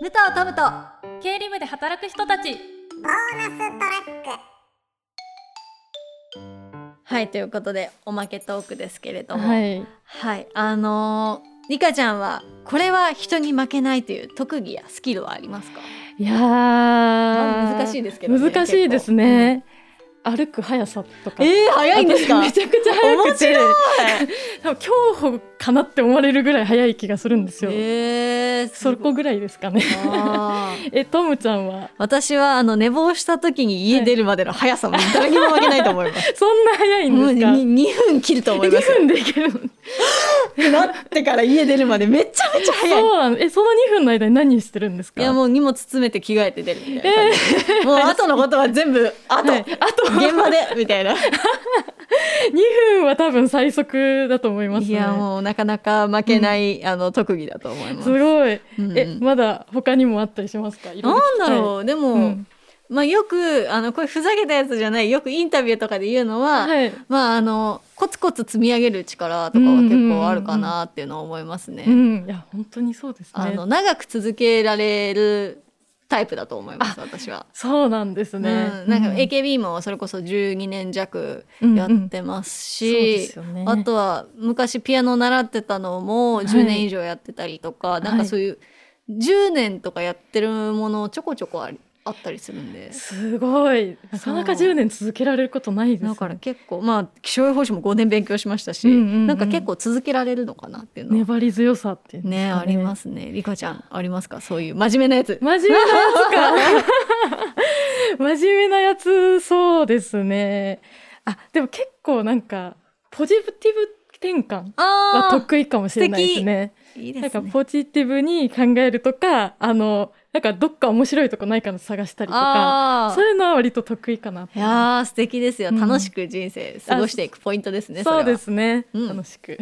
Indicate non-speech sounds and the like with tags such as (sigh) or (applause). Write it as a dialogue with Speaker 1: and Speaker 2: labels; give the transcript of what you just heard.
Speaker 1: 武藤トムと
Speaker 2: 経理部で働く人たち
Speaker 3: ボーナストラック
Speaker 1: はいということでおまけトークですけれどもは、
Speaker 2: はいい
Speaker 1: あのー、リカちゃんはこれは人に負けないという特技やスキルはありますか
Speaker 2: いやー
Speaker 1: 難しいですけど、ね、
Speaker 2: 難しいですね、歩く速さと
Speaker 1: 結
Speaker 2: か
Speaker 1: 構、えー、早いんですか
Speaker 2: (laughs) めちゃくちゃ速くて多分競歩かなって思われるぐらい速い気がするんですよ、
Speaker 1: えー、
Speaker 2: そこぐらいですかね
Speaker 1: あー
Speaker 2: (laughs) えトムちゃんは
Speaker 1: (laughs) 私はあの寝坊した時に家出るまでの速さも誰にも負けないと思います。
Speaker 2: そんな (laughs) 速い
Speaker 1: もうん
Speaker 2: ですか
Speaker 1: に2分切ると思います
Speaker 2: 2分でいけるの
Speaker 1: よ。なってから家出るまでめちゃめちゃ早い。
Speaker 2: そうなのえその2分の間に何してるんですか
Speaker 1: いやもう荷物詰めて着替えて出るみたいな感じで、 (laughs) もう後のことは全部後、
Speaker 2: はいあと
Speaker 1: 現場でみた (laughs) いな。
Speaker 2: 2分は多分最速だと思いますね
Speaker 1: いやもうなかなか負けない、あの特技だと思います。
Speaker 2: すごい、
Speaker 1: うん
Speaker 2: えまだ他にもあったりしますか
Speaker 1: なんだろうでも、
Speaker 2: ううん、
Speaker 1: まあよくあのこれふざけたやつじゃないよくインタビューとかで言うのは、
Speaker 2: はい
Speaker 1: まああのコツコツ積み上げる力とかは結構あるかなっていうのは思いますね。
Speaker 2: うんいや本当にそうです
Speaker 1: あ
Speaker 2: ね
Speaker 1: の長く続けられるタイプだと思います私は。
Speaker 2: そうなんです
Speaker 1: う
Speaker 2: ね、
Speaker 1: ん、なんか AKB もそれこそ12年弱やってます
Speaker 2: うんうんそうで
Speaker 1: し
Speaker 2: す、よね
Speaker 1: あとは昔ピアノ習ってたのも
Speaker 2: い
Speaker 1: 10年以上やってたりとか、
Speaker 2: い
Speaker 1: なんかそういう10年とかやってるものちょこちょこありあったりするんで。
Speaker 2: すごいなかなか10年続けられることないですね
Speaker 1: だから結構まあ気象予報士も5年勉強しましたし、
Speaker 2: うんうんうん
Speaker 1: なんか結構続けられるのかなっていうのは
Speaker 2: 粘り強さっていうんです
Speaker 1: ね
Speaker 2: か
Speaker 1: ありますすね。リカちゃんありますかそういう真面目なやつ。
Speaker 2: 真面目なやつか (laughs) 真面目なやつそうですねあでも結構なんかポジティブ転換
Speaker 1: あ
Speaker 2: は得意かもしれないですね
Speaker 1: あいい
Speaker 2: な
Speaker 1: で
Speaker 2: んか
Speaker 1: すね。
Speaker 2: ポジティブに考えるとかあのなんかどっか面白いとこないかの探したりとか
Speaker 1: あ
Speaker 2: そ
Speaker 1: ー
Speaker 2: ういうのは割と得意かな
Speaker 1: い
Speaker 2: と
Speaker 1: やー素敵ですよ。
Speaker 2: うん
Speaker 1: 楽しく人生過ごしていくポイントですね。。
Speaker 2: そうですすね、
Speaker 1: うん
Speaker 2: 楽しく